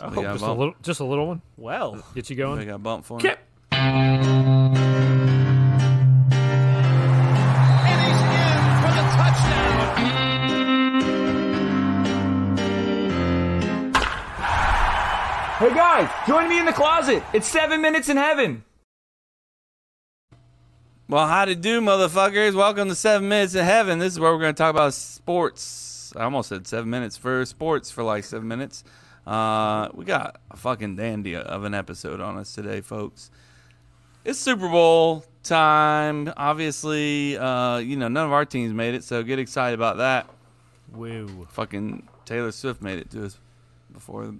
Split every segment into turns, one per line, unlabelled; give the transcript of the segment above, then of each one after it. Oh,
They got
Just a
bump.
little, just a little one.
well,
Get you
They
going.
got bumped for him.
Kip.
And he's in for the touchdown.
Hey guys, join me in the closet. It's seven minutes in heaven.
Well, how to do, motherfuckers? Welcome to Seven Minutes in Heaven. This is where we're going to talk about sports. I almost said seven minutes for sports for like seven minutes. Uh, we got a fucking dandy of an episode on us today, folks. It's Super Bowl time. Obviously, uh, you know none of our teams made it, so get excited about that.
Woo.
Fucking Taylor Swift made it to us before.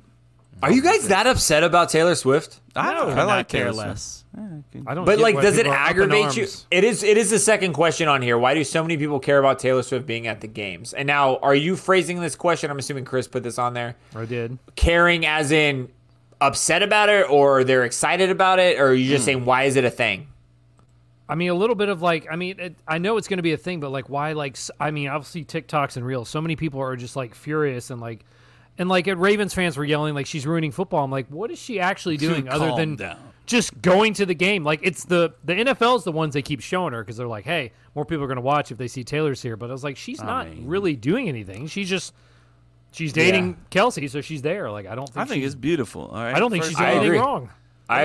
Are you guys that upset about Taylor Swift?
I,
I
I
could
like
not care
Taylor Swift.
less.
I don't.
But
get
like,
why
does it
people are up in
aggravate you?
arms.
It is. It is the second question on here. Why do so many people care about Taylor Swift being at the games? And now, are you phrasing this question? I'm assuming Chris put this on there.
I did.
Caring as in upset about it, or they're excited about it, or are
Hmm.
you just saying why is it a thing?
I mean, a little bit of like, I mean, it, I know it's going to be a thing, but like, why? Like, s- I mean, obviously TikToks and reels. So many people are just like furious and like, and like, at Ravens fans were yelling like she's ruining football. I'm like, what is she actually doing other
Calm
than
down.
just going to the game? Like, it's the the NFL's the ones they keep showing her because they're like, hey, more people are going to watch if they see Taylor's here. But I was like, she's not
mean-
really doing anything. She's just she's dating Kelsey, so she's there. Like, I don't think
I think
she's,
it's beautiful. All right,
I don't think she's
First off-
doing
I
anything
agree.
wrong.
I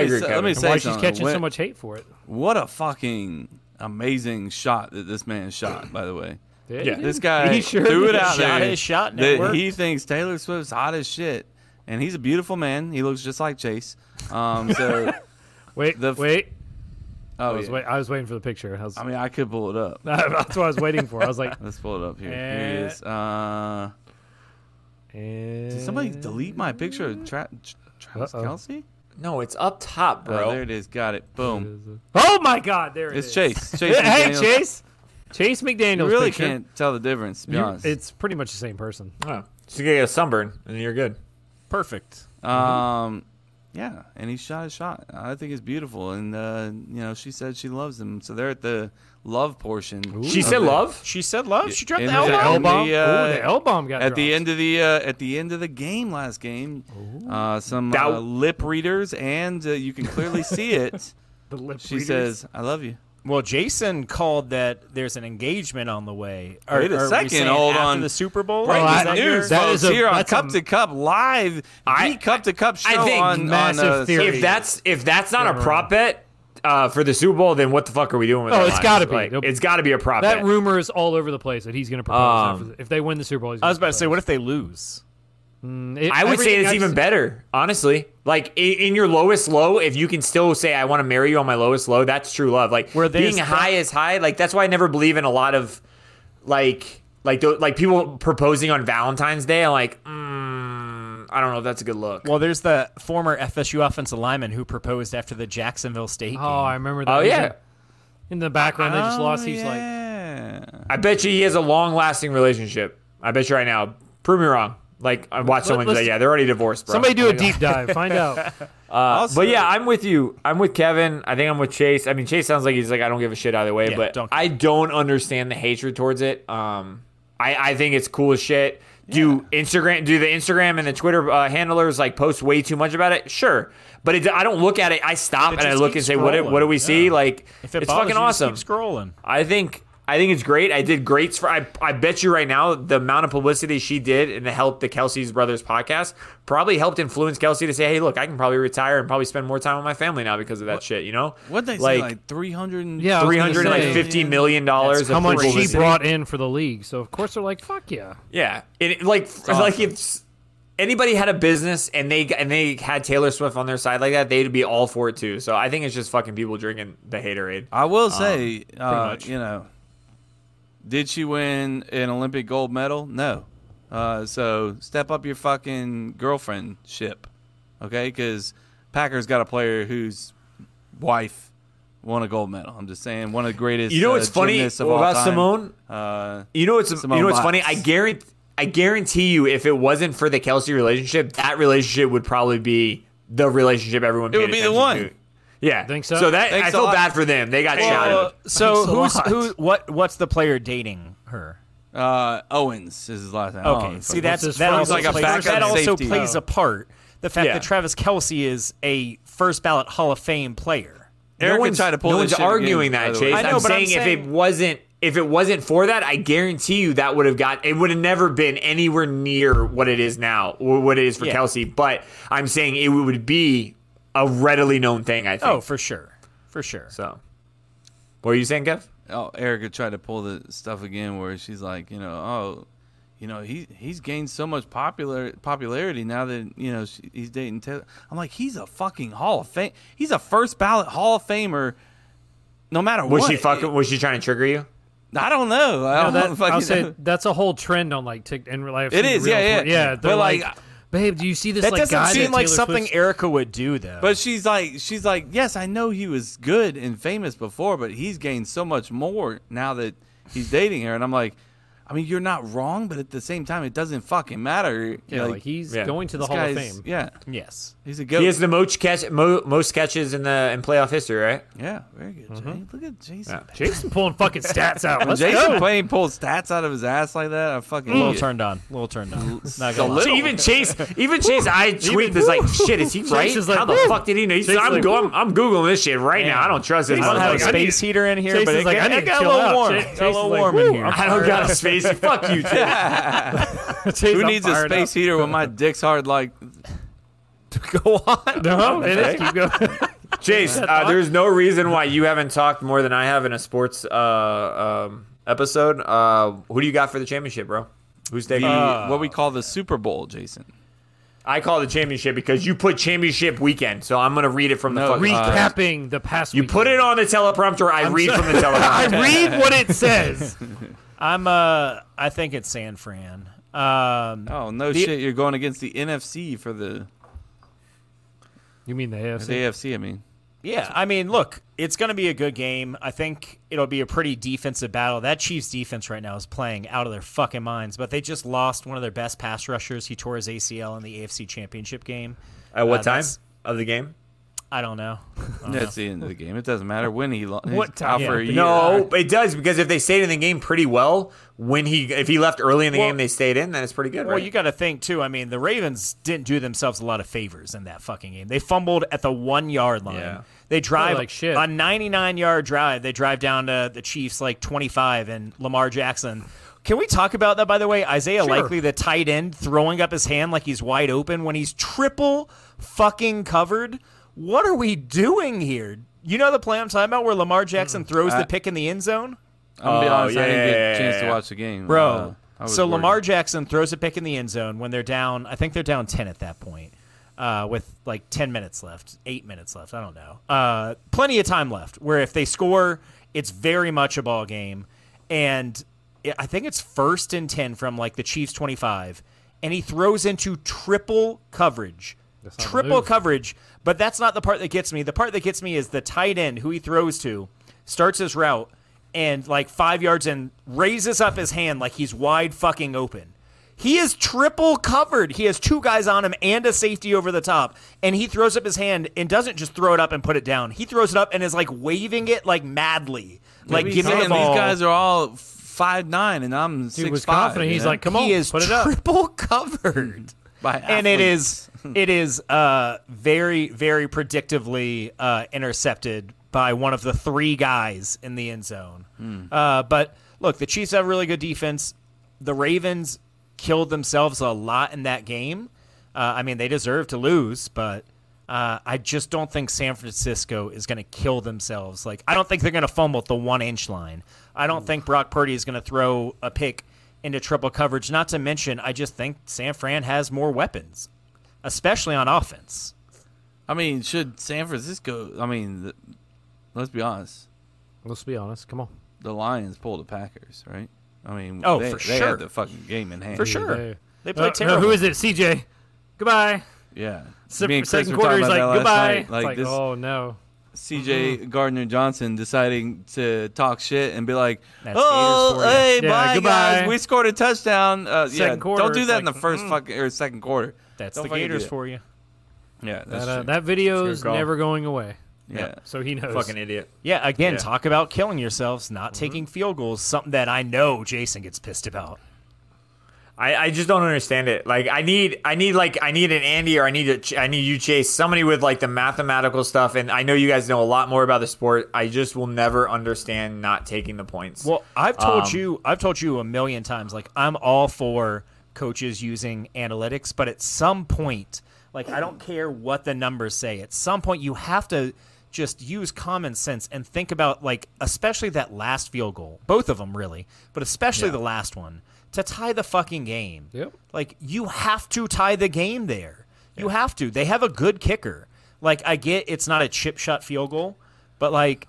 Let me
agree.
say- let
Kevin.
me
And
say
why she's
something.
catching so
When-
much hate for it?
What a fucking amazing shot that this man shot, by the way.
yeah,
This guy
He sure
threw it
did.
out
Shot
there.
his shot and it
that
worked.
he thinks Taylor Swift's hot as shit, and he's a beautiful man. He looks just like Chase. Um, so,
Wait,
The f-
wait.
oh,
I was,
yeah.
wait, I was waiting for the picture. I was,
I mean, I could pull it up.
that's what I was waiting for. I was like,
Let's pull it up here. Here
Eh.
he is. Uh,
and
did somebody
"Eh?"
delete my picture of Tra- Tra- Travis
Uh-oh.
Kelsey?
No, it's up top,
Oh,
bro.
there it is. Got it. Boom.
Oh my God! There it
It's
is.
Chase. Chase.
Hey,
McDaniels.
Chase. Chase
You
McDaniel's
really
picture.
can't tell the difference, to be
You-
honest.
it's pretty much the same person.
Oh. Just get a sunburn and you're good.
Perfect.
Mm-hmm.
Um, yeah, and he shot his shot. I think it's beautiful, and uh, you know she said she loves him, so they're at the love portion.
She
of
said
the-
love.
She said love. She dropped
In
the
the-
elbow.
L bomb.
the, uh,
the L bomb got
at the
dropped.
end of the uh, at the end of the game last game. Uh, some
That-
uh, lip readers, and uh, you can clearly see it.
The lip
She
readers.
says, "I love you."
Well, Jason called that there's an engagement on the way. Or,
Wait a
or we
second,
saying
hold
after
on.
The Super Bowl.
Breaking
Is
I-
that your-
News,
that
folks,
is a-
here on
that's
Cup
a-
to Cup live. the Cup to Cup show
I think
on
massive
on, uh,
theory.
If that's if that's not a prop bet uh, for the Super Bowl, then what the fuck are we doing with
Oh,
our
it's
lives?
gotta be.
Like,
Nope.
it's got to be a prop
that
bet.
rumor is all over the place that he's going to propose.
Um,
after the- if they win the Super Bowl, he's
I
gonna
was about to say,
propose.
what if they lose?
It-
I would say
everything
it's
I've
even
seen-
better, honestly. Like in, in your lowest low, if you can still say I want to marry you on my lowest low, that's true love. Like
Where there's
being
that-
high is high. Like that's why I never believe in a lot of like like tho- like people proposing on Valentine's Day. I'm like, mm, I don't know if that's a good look.
Well, there's the former FSU offensive lineman who proposed after the Jacksonville State
Oh, I remember that.
oh
He's
yeah,
in- In the background, they just lost.
Oh,
He's like,
yeah.
I bet you he has a long lasting relationship. I bet you right now. Prove me wrong. Like I watched someone
let's-
say, yeah, they're already divorced, bro.
somebody do
Oh
a
my God.
deep dive. Find out.
Also-
But yeah, I'm with you. I'm with Kevin. I think I'm with Chase. I mean, Chase sounds like he's like, I don't give a shit either way,
Yeah,
but
don't care.
I don't understand the hatred towards it. Um, I, I think it's cool as shit. Do Instagram, do the Instagram and the Twitter uh, handlers like post way too much about it? Sure, but it, I don't look at it. I stop
It
and I
just
look and
keeps
say, what, do- what do we
scrolling,
see?
yeah.
Like,
If it
it's
bothers
fucking
you, just
awesome.
Keep scrolling.
I think I think it's great. I did greats for. I, I bet you right now the amount of publicity she did and the help the Kelsey's brothers podcast probably helped influence Kelsey to say, "Hey, look, I can probably retire and probably spend more time with my family now because of that shit." You know,
What they
like,
say? Like three hundred.
Yeah, I was
three
gonna
hundred like
say-
fifty million dollars.
how
of
much she
publicity.
brought in for the league. So of course they're like, fuck yeah.
Yeah, and it, like like if s- anybody had a business and they and they had Taylor Swift on their side like that, they'd be all for it too. So I think it's just fucking people drinking the haterade.
I will say, uh,
Um, much.
you know, did she win an Olympic gold medal? No. Uh, so step up your fucking girlfriend ship, okay? Because Packers got a player whose wife won a gold medal. I'm just saying, one of the greatest.
You know
uh,
what's funny
gymnasts of all
about
time.
Simone?
Uh,
You know what's
Simone
you know what's
Biles.
funny? I guarantee I guarantee you, if it wasn't for the Kelsey relationship, that relationship would probably be the relationship everyone.
It would
paid
be the
attention
one.
To. Yeah,
Think so?
So that
Thanks
I
a
feel
lot.
bad for them. They got
Well, uh,
shouted.
so
Thanks a
who's
lot.
who? What what's the player dating her?
uh, Owens is his last name.
Okay,
Oh,
see
fuck.
that's
his
that
friend?
also
Like a
plays,
backup
that also
safety.
plays
Oh.
a part. the fact
Yeah.
that Travis Kelsey is a first ballot Hall of Fame player.
Eric
no
can
one's,
try to pull
no
this
one's
shit again,
arguing
by
that,
the way.
Chase.
I know,
I'm
but I'm
saying if it
saying-
wasn't if it wasn't for that, I guarantee you that would have got it would have never been anywhere near what it is now or what it is for
Yeah.
Kelsey. But I'm saying it would be a readily known thing. I think.
Oh, for sure, for sure.
so what are you saying, Kev?
oh, Erica tried to pull the stuff again where she's like, you know, oh, you know, he he's gained so much popular popularity now that you know she, he's dating Taylor. I'm like, he's a fucking Hall of Fame. He's a first ballot Hall of Famer. No matter
Was
what,
she fucking? Was she trying to trigger you?
I don't know. I
No,
don't
that,
fucking
I'll say
know.
that's a whole trend on like TikTok and real life.
It is, yeah, yeah.
yeah. They're
But, like,
like, babe, do you see this?
That
like,
doesn't
guy
seem
that
like
Taylor
something
Swift's-
Erica would do, though.
But she's like, she's like, yes, I know he was good and famous before, but he's gained so much more now that he's dating her. And I'm like, I mean, you're not wrong, but at the same time, it doesn't fucking matter.
yeah, like, he's
Yeah.
going to the
this
Hall of
guy's-
Fame.
Yeah,
yes,
he's a good.
He has the most catch, mo, most catches in the in playoff history, right?
Yeah, very good. Jay. Look at Jason.
Jason pulling fucking stats out.
When
Let's
Jason
go.
Payne pulls stats out of his ass like that, I fucking
a little
hate it.
turned on, a little turned on. Not
A
gonna lie.
Mm. little.
Even Chase, even Chase, I tweet this like, shit, is he right?
is
How
like,
the
"Woo."
fuck did he know? He's like,
Jake's
I'm,
like,
go, I'm, I'm googling this shit right now.
Yeah.
I don't trust this.
I don't have a
motherfucker.
space heater in here,
Jason's
but it,
like,
got,
I need
it
to
got a
chill
little
out.
warm.
Ja-
it got a
Jason's
little
like,
warm
"Woo,
in here.
I'm
I don't got a space. Fuck you, Chase.
Chase,
Who
I'm
needs a
fired
space heater when my dick's hard? Like,
Go on.
up. No, it is. Keep going.
Chase, uh, there's no reason why you haven't talked more than I have in a sports uh, um, episode. Uh, who do you got for the championship, bro? Who's
the,
taking?
what we call the Super Bowl, Jason.
I call the championship because you put championship weekend, so I'm gonna read it from the
No,
fucking.
Recapping the past.
you put it on the teleprompter. I read from the teleprompter.
Read what it says.
I'm. Uh, I think it's San Fran. Um,
Oh no
The-
shit! You're going against the NFC for the,
You mean the
the
AFC?
AFC. I mean,
Yeah, I mean, look, it's going to be a good game. I think it'll be a pretty defensive battle. That Chiefs defense right now is playing out of their fucking minds, but they just lost one of their best pass rushers. He tore his ACL in the AFC Championship game.
At what
Uh,
time
that's-
of the game?
I don't know.
that's the end of the game. It doesn't matter when he lost.
What
Out
time?
for a year.
No, it does because if they stayed in the game pretty well, when he if he left early in the
Well-
game, they stayed in. Then it's pretty good,
Well,
right?
you got to think too. I mean, the Ravens didn't do themselves a lot of favors in that fucking game. They fumbled at the one yard line.
Yeah.
They drive
like shit.
a 99 yard drive. They drive down to the Chiefs like 25 and Lamar Jackson. Can we talk about that by the way? Isaiah Likely, the tight end, throwing up his hand like he's wide open when he's triple fucking covered. What are we doing here? You know the play I'm talking about where Lamar Jackson throws the pick in the end zone?
I'm gonna be
Oh,
honest. I didn't get
yeah,
a
yeah,
chance to
yeah.
watch the game,
Bro.
Uh, I was
so
worried.
Lamar Jackson throws a pick in the end zone when they're down. I think they're down ten at that point, uh, with like ten minutes left, eight minutes left. I don't know. Uh, plenty of time left. Where if they score, it's very much a ball game, and it, I think it's first and ten from like the Chiefs twenty-five, and he throws into triple coverage.
not the
Triple
move.
coverage, but that's not the part that gets me. The part that gets me is the tight end who he throws to starts his route and like five yards in raises up his hand like he's wide fucking open. He is triple covered. He has two guys on him and a safety over the top. And he throws up his hand and doesn't just throw it up and put it down. He throws it up and is like waving it like madly. Like,
He's
give me
saying
the ball.
These guys are all five nine, and I'm six
He was
five.
confident.
you
He's
know?
like, come on,
he is
put it up.
triple covered.
By
and it
athletes.
is it is uh, very very predictively uh, intercepted by one of the three guys in the end zone. Uh, but look, the Chiefs have really good defense. The Ravens killed themselves a lot in that game. Uh, I mean, they deserve to lose, but uh, I just don't think San Francisco is going to kill themselves. Like, I don't think they're going to fumble at the one inch line. I don't think Brock Purdy is going to throw a pick into triple coverage. Not to mention, I just think San Fran has more weapons, especially on offense.
I mean, should San Francisco? I mean, the, let's be honest.
Let's be honest. Come on.
The Lions pulled the Packers, right? I mean,
Oh,
they,
for
they
sure.
had the fucking game in hand.
For sure.
Hey.
They played
Uh,
terrible.
who is it? CJ. Goodbye.
Yeah.
Se-
Me and Chris
second
were
quarter,
talking
he's
about
like,
that last
goodbye.
night,
It's
Like,
like,
this
oh Mm-hmm. no.
CJ Gardner Johnson deciding to talk shit and be like,
That's
"Oh,
haters for
hey,
you."
Yeah,
bye
goodbye.
guys, we scored a touchdown." Uh, yeah,
Second quarter,
don't do
it's
that in the
like, mm-hmm.
1st fucking or second quarter.
That's
Don't
the
fucking do
Gators
that.
for you.
Yeah, that's
That, uh,
true.
that video
That's a
is
good call.
never going away.
yeah.
So he knows.
fucking idiot.
Yeah, again,
Yeah.
talk about
Mm-hmm.
killing yourselves, not taking field goals, something that I know Jason gets pissed about.
I, I just don't understand it. Like I need I need like I need an Andy or I need a, Ch- I need you Chase somebody with like the mathematical stuff. And I know you guys know a lot more about the sport. I just will never understand not taking the points.
Well, I've told you, I've told you a million times, like I'm all for coaches using analytics, but at some point, like I don't care what the numbers say, at some point you have to just use common sense and think about like especially that last field goal, both of them really, but especially the last one to tie the fucking game.
Yep.
Like you have to tie the game there. You have to. They have a good kicker. Like I get it's not a chip shot field goal, but like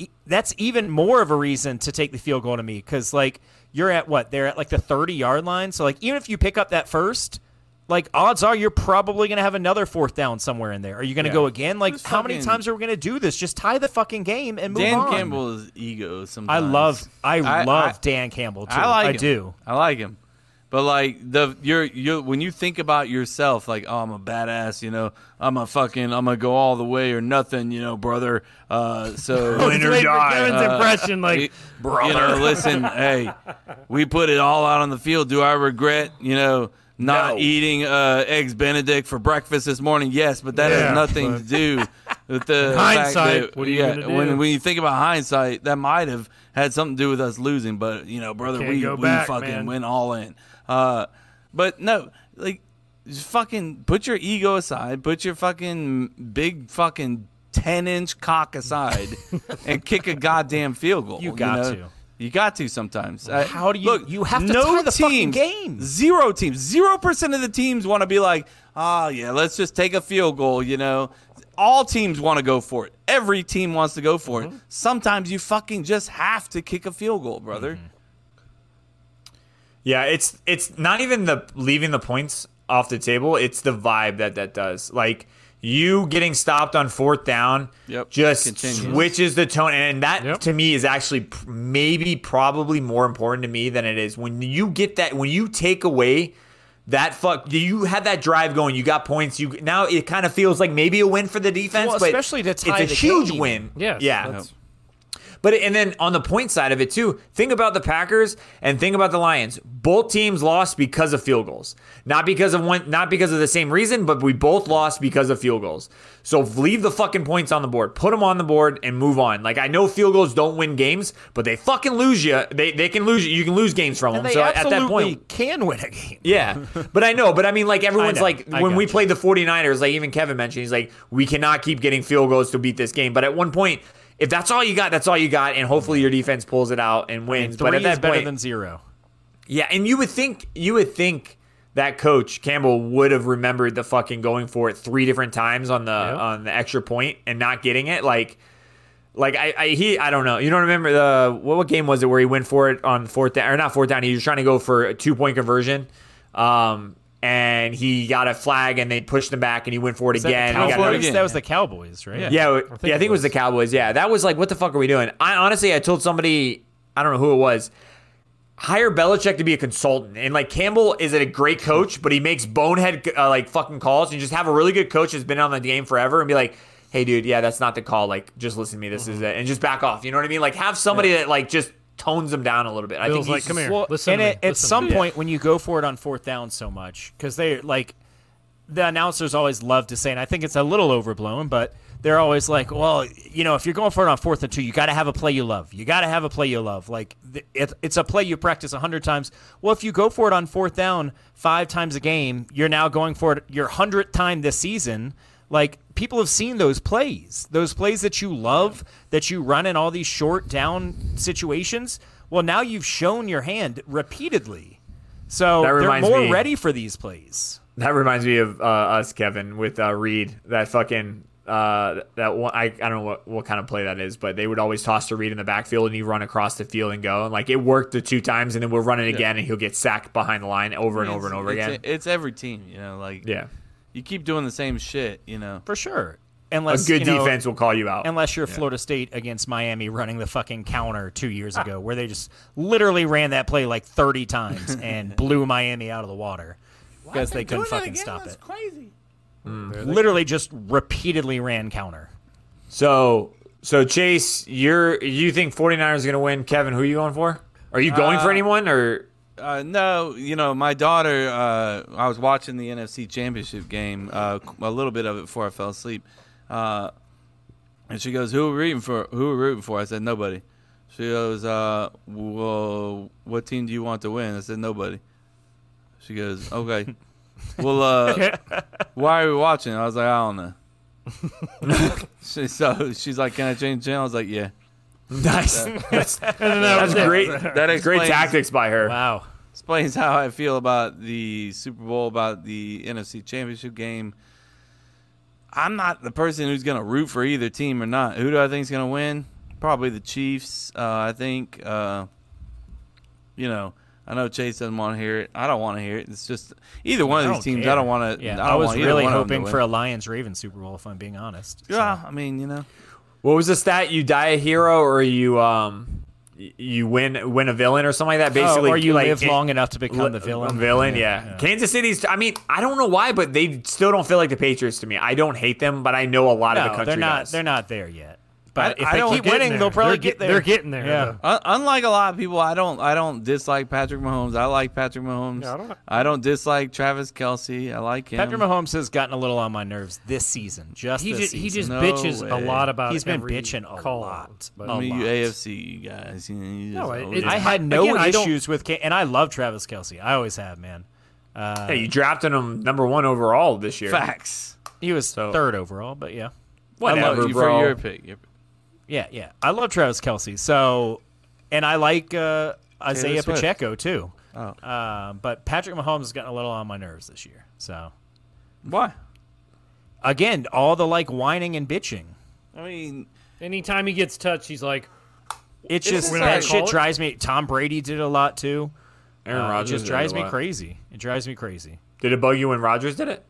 e- that's even more of a reason to take the field goal to me because like you're at what they're at like the 30 yard line so like even if you pick up that first like odds are you're probably going to have another fourth down somewhere in there are you going to
Yeah.
go again like
Just
how many
fucking-
times are we going to do this just tie the fucking game and move
Dan
on
Campbell's ego
i
sometimes.
love i,
I-
love
I-
dan campbell too
I like him.
do
I like him. But like the you're you when you think about yourself, like oh I'm a badass, you know I'm a fucking I'm gonna go all the way or nothing, you know, brother. Uh, so
Win or
Wait for
die.
Kevin's impression, like
you know, listen, hey, we put it all out on the field. Do I regret, you know, not
No.
eating uh, eggs Benedict for breakfast this morning? Yes, but that
Yeah,
has nothing to do with the fact
Hindsight,
that-
what are you
yeah,
gonna do?
When, when you think about hindsight, that might have had something to do with us losing. But you know, brother,
Can't
we,
go
we
back,
fucking
man.
went all in. Uh, but no, like just fucking put your ego aside, put your fucking big fucking ten inch cock aside, and kick a goddamn field goal.
You got
know?
to.
You got to sometimes. I-
How do you-
look?
you have to
no
tie the fucking
teams,
game.
Zero teams, zero percent of the teams want to be like, oh yeah, let's just take a field goal. You know, all teams want to go for it. Every team wants to go for
Mm-hmm.
it. Sometimes you fucking just have to kick a field goal, brother.
Mm-hmm.
Yeah, it's it's not even the leaving the points off the table. It's the vibe that that does. Like you getting stopped on fourth down
Yep,
just
continues.
switches the tone, and that
Yep.
to me is actually p- maybe probably more important to me than it is when you get that when you take away. That fuck, you had that drive going. You got points. You now it kind of feels like maybe a win for the defense,
Well,
but
especially to tie
it's a
the
huge
game.
win.
Yes,
yeah,
that's-
but and then on the point side of it too, think about the Packers and think about the Lions. Both teams lost because of field goals, not because of one, not because of the same reason, but we both lost because of field goals. So leave the fucking points on the board, put them on the board, and move on. Like I know field goals don't win games, but they fucking lose you. They they can lose you. You can lose games from
and
them.
they
So at
absolutely
that point,
can win a game
yeah, but I know, but I mean, like everyone's
know.
like
I
when we
gotcha.
played the 49ers, like even Kevin mentioned, he's like, we cannot keep getting field goals to beat this game. But at one point, if that's all you got, that's all you got, and hopefully your defense pulls it out and wins.
three
but at
is
that
better
point,
than zero
yeah, and you would think you would think that coach Campbell would have remembered the fucking going for it three different times on the on the extra point and not getting it. Like, like I, I he I don't know. You don't remember the what, what game was it where he went for it on fourth down or not fourth down? He was trying to go for a two point conversion, um, and he got a flag and they pushed him back and he went for it
Is that the
again. and he got
Cowboys?
another-
again.
that was the cowboys right
yeah, I
think
yeah, I
it
think it was
was.
the Cowboys. Yeah, that was like, what the fuck are we doing? I honestly, I told somebody, I don't know who it was, hire Belichick to be a consultant. And like Campbell is a great coach, but he makes bonehead uh, like fucking calls. And just have a really good coach that's been on the game forever and be like, hey, dude, yeah, that's not the call. Like, just listen to me. This is
Mm-hmm.
it, and just back off. You know what I mean? Like, have somebody that like just tones them down a little bit. I think
Bill's
he's
like,
just-
come here.
Well,
listen
and
to me,
it- at
listen to
some
me.
point when you go for it on fourth down so much, because they like the announcers always love to say, and I think it's a little overblown, but they're always like, well, you know, if you're going for it on fourth and two, you got to have a play you love. You got to have a play you love. Like th- it, it's a play you practice a hundred times. Well, if you go for it on fourth down five times a game, you're now going for it your hundredth time this season. Like people have seen those plays, those plays that you love, that you run in all these short down situations. Well, now you've shown your hand repeatedly. So
That
they're
reminds
more
me-
ready for these plays.
That reminds me of uh, us, Kevin, with uh, Reed. That fucking uh, that one. I, I don't know what, what kind of play that is, but they would always toss to Reed in the backfield, and he run across the field and go. And like it worked the two times, and then we'll run it again, and he'll get sacked behind the line over and over and over
It's-
again.
It's, it's every team, you know. Like
yeah,
you keep doing the same shit, you know.
For sure.
a
Unless
good
you know,
defense will call you out.
Unless you're Florida State against Miami running the fucking counter two years ago, where they just literally ran that play like 30 times and blew Miami out of the water because they couldn't fucking stop it. Mm.
Crazy.
Literally just repeatedly ran counter.
so so Chase, you're you think 49ers are gonna win? Kevin, who are you going for? Are you going for anyone or?
Uh, no, you know, my daughter, uh, I was watching the NFC Championship game, uh, a little bit of it before I fell asleep. Uh, and she goes, Who are we rooting for? Who are we rooting for? I said, Nobody. She goes, uh, Well, what team do you want to win? I said, Nobody. She goes, Okay. well, uh, why are we watching? I was like, I don't know. she, so she's like, Can I change the channel? I was like, Yeah.
Nice. That's, that's great.
That
That's great
explains-
tactics by her.
Wow.
explains how I feel about the Super Bowl, about the NFC Championship game. I'm not the person who's going to root for either team or not. Who do I think is going to win? Probably the Chiefs. Uh, I think, uh, you know, I know Chase doesn't want to hear it. I don't want to hear it. It's just either one of
I
these
don't
teams.
care.
I don't want to.
Yeah,
I,
I,
don't
was
want either
really
one of them to
hoping
win.
for a Lions Ravens Super Bowl, if I'm being honest. So,
Yeah, I mean, you know,
What was the stat? You die a hero, or you um, y- you win win a villain, or something like that. Basically,
oh, or you
like,
live
it-
long enough to
li-
become the villain.
Villain, yeah. Kansas City's. I mean, I don't know why, but they still don't feel like the Patriots to me. I don't hate them, but I know a lot of the
No,
country
they're not.
does.
They're not there yet.
I-
But if
I
they
don't
keep
get
winning,
there.
they're
They're
probably
get-
get there.
they're getting there,
Yeah.
though.
Un- unlike a lot of people, I don't I don't dislike Patrick Mahomes. I like Patrick Mahomes.
I don't-
dislike Travis Kelsey. I like him.
Patrick Mahomes has gotten a little on my nerves this season. Just
He
this
just, he just
season.
No
bitches a
way.
lot about.
he's been
every
bitching a
call,
lot.
but-
A
I mean,
lot.
you AFC guys. You know, you
Oh, No,
just
it-
always-
it's-
I had no
Again, I don't-
issues with, K- and I love Travis Kelsey. I always have, man. Uh,
yeah, you drafted them number one overall this year.
facts.
he was
So-
third overall, but yeah,
I
Whatever,
love you
bro.
for your pick. Your pick.
yeah, yeah. I love Travis Kelsey. So, and I like uh, Isaiah
Swift.
Pacheco too.
Oh,
Uh, but Patrick Mahomes has gotten a little on my nerves this year. So
why?
again, all the like whining and bitching.
I mean,
Anytime he gets touched, he's like,
It's
It's
just
just
that
like-
shit drives me. Tom Brady did a lot too.
Aaron
Uh, it
Rodgers
just
did
drives
a
me
lot.
crazy. It drives me crazy.
Did it bug you when Rodgers did it?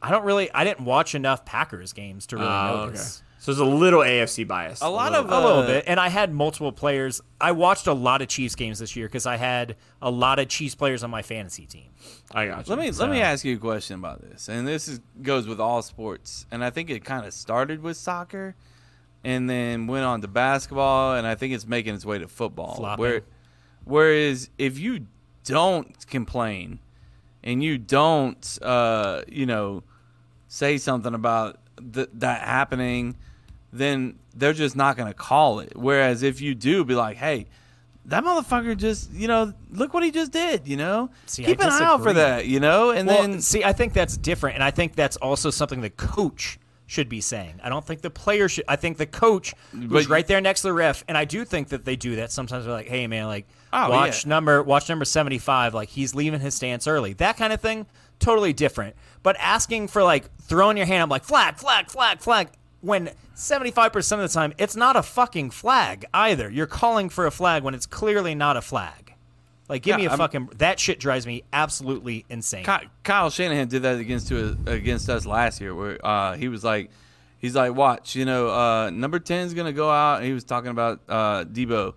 I don't really. I didn't watch enough Packers games to really
Oh, okay.
notice.
So there's a little AFC bias.
a lot
little
of uh,
A little bit, and I had multiple players. I watched a lot of Chiefs games this year because I had a lot of Chiefs players on my fantasy team.
bit. I got you.
Let me let me ask you a question about this, and this is, goes with all sports, and I think it kind of started with soccer, and then went on to basketball, and I think it's making its way to football.
Flopping.
Where, whereas if you don't complain, and you don't, uh, you know, say something about th- that happening, then they're just not going to call it. Whereas if you do, be like, hey. That motherfucker just, you know, look what he just did, you know?
See, I
Keep an eye out for
disagree.
that, you know? And
Well,
then
see, I think that's different, and I think that's also something the coach should be saying. I don't think the player should. I think the coach
But-
was right there next to the ref, and I do think that they do that sometimes. They're like, "Hey, man, like
Oh,
watch
yeah.
number watch number seventy five. Like he's leaving his stance early. That kind of thing. Totally different. But asking for like throwing your hand, I'm like flag, flag, flag, flag. When seventy five percent of the time, it's not a fucking flag either. You're calling for a flag when it's clearly not a flag. Like, give
Yeah,
me a
I'm-
fucking. That shit drives me absolutely insane.
Ky- Kyle Shanahan did that against to against us last year, where uh, he was like, he's like, watch, you know, uh, number ten is gonna go out. He was talking about uh, Debo.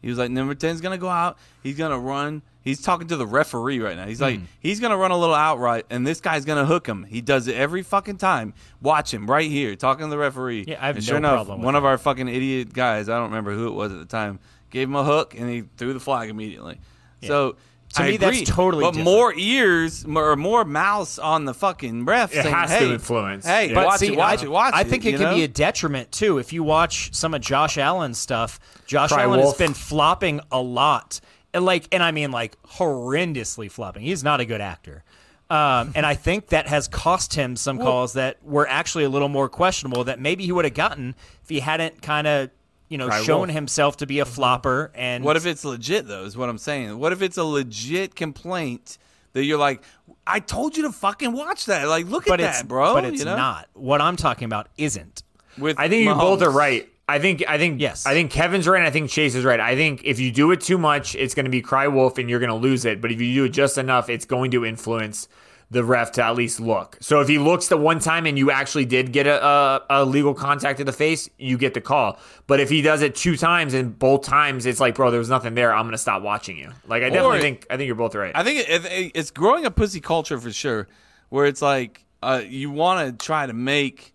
He was like, number 10 is gonna go out. He's gonna run. He's talking to the referee right now. He's like, he's gonna run a little out right, and this guy's gonna hook him. He does it every fucking time. Watch him right here talking to the referee.
Yeah, I have
and
no
sure enough,
problem with
one of our fucking idiot guys, I don't remember who it was at the time, gave him a hook, and he threw the flag immediately. So.
To
I
me, that's
agree,
totally
But
different.
more more ears m- or more mouths on the fucking ref.
It
saying,
has to
hey,
influence.
Hey,
But
watch
see,
it, watch
I,
it, watch it.
I think it
you
can
know?
be a detriment too. If you watch some of Josh Allen's stuff, Josh
Cry
Allen
wolf.
has been flopping a lot, and like, and I mean like horrendously flopping. He's not a good actor, um, and I think that has cost him some calls that were actually a little more questionable that maybe he would have gotten if he hadn't kind of you know
Cry
shown
wolf.
himself to be a flopper. And
Mm-hmm. What if it's legit though? Is what I'm saying. What if it's a legit complaint that you're like, I told you to fucking watch that. Like, look
But
at
it's
that, bro.
but it's
you know?
not. What I'm talking about isn't.
With
I think you both
Mahomes.
are right. I think I think
Yes.
I think Kevin's right and I think Chase is right. I think if you do it too much, it's going to be cry wolf and you're going to lose it. But if you do it just enough, it's going to influence the ref to at least look. So if he looks the one time and you actually did get a, a, a legal contact to the face, you get the call. But if he does it two times and both times it's like, bro, there was nothing there. I'm going to stop watching you. Like I definitely
Or-
think I think you're both right.
I think it, it, it's growing a pussy culture for sure, where it's like uh, you want to try to make,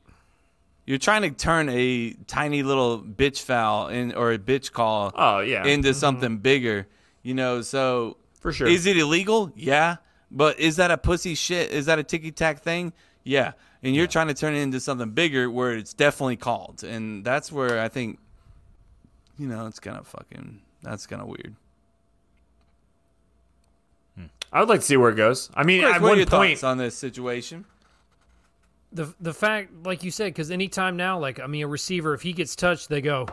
you're trying to turn a tiny little bitch foul in or a bitch call,
Oh, yeah.
into something bigger, You know, so
For sure.
Is it illegal? Yeah. But is that a pussy shit? Is that a ticky tack thing? Yeah. And you're trying to turn it into something bigger where it's definitely called. And that's where I think you know, it's kind of fucking that's kind of weird.
I would like to see where it goes. I mean,
Chris,
at
what are
one
your
point,
thoughts on this situation?
the the fact, like you said, because anytime now, like I mean, a receiver if he gets touched, they go,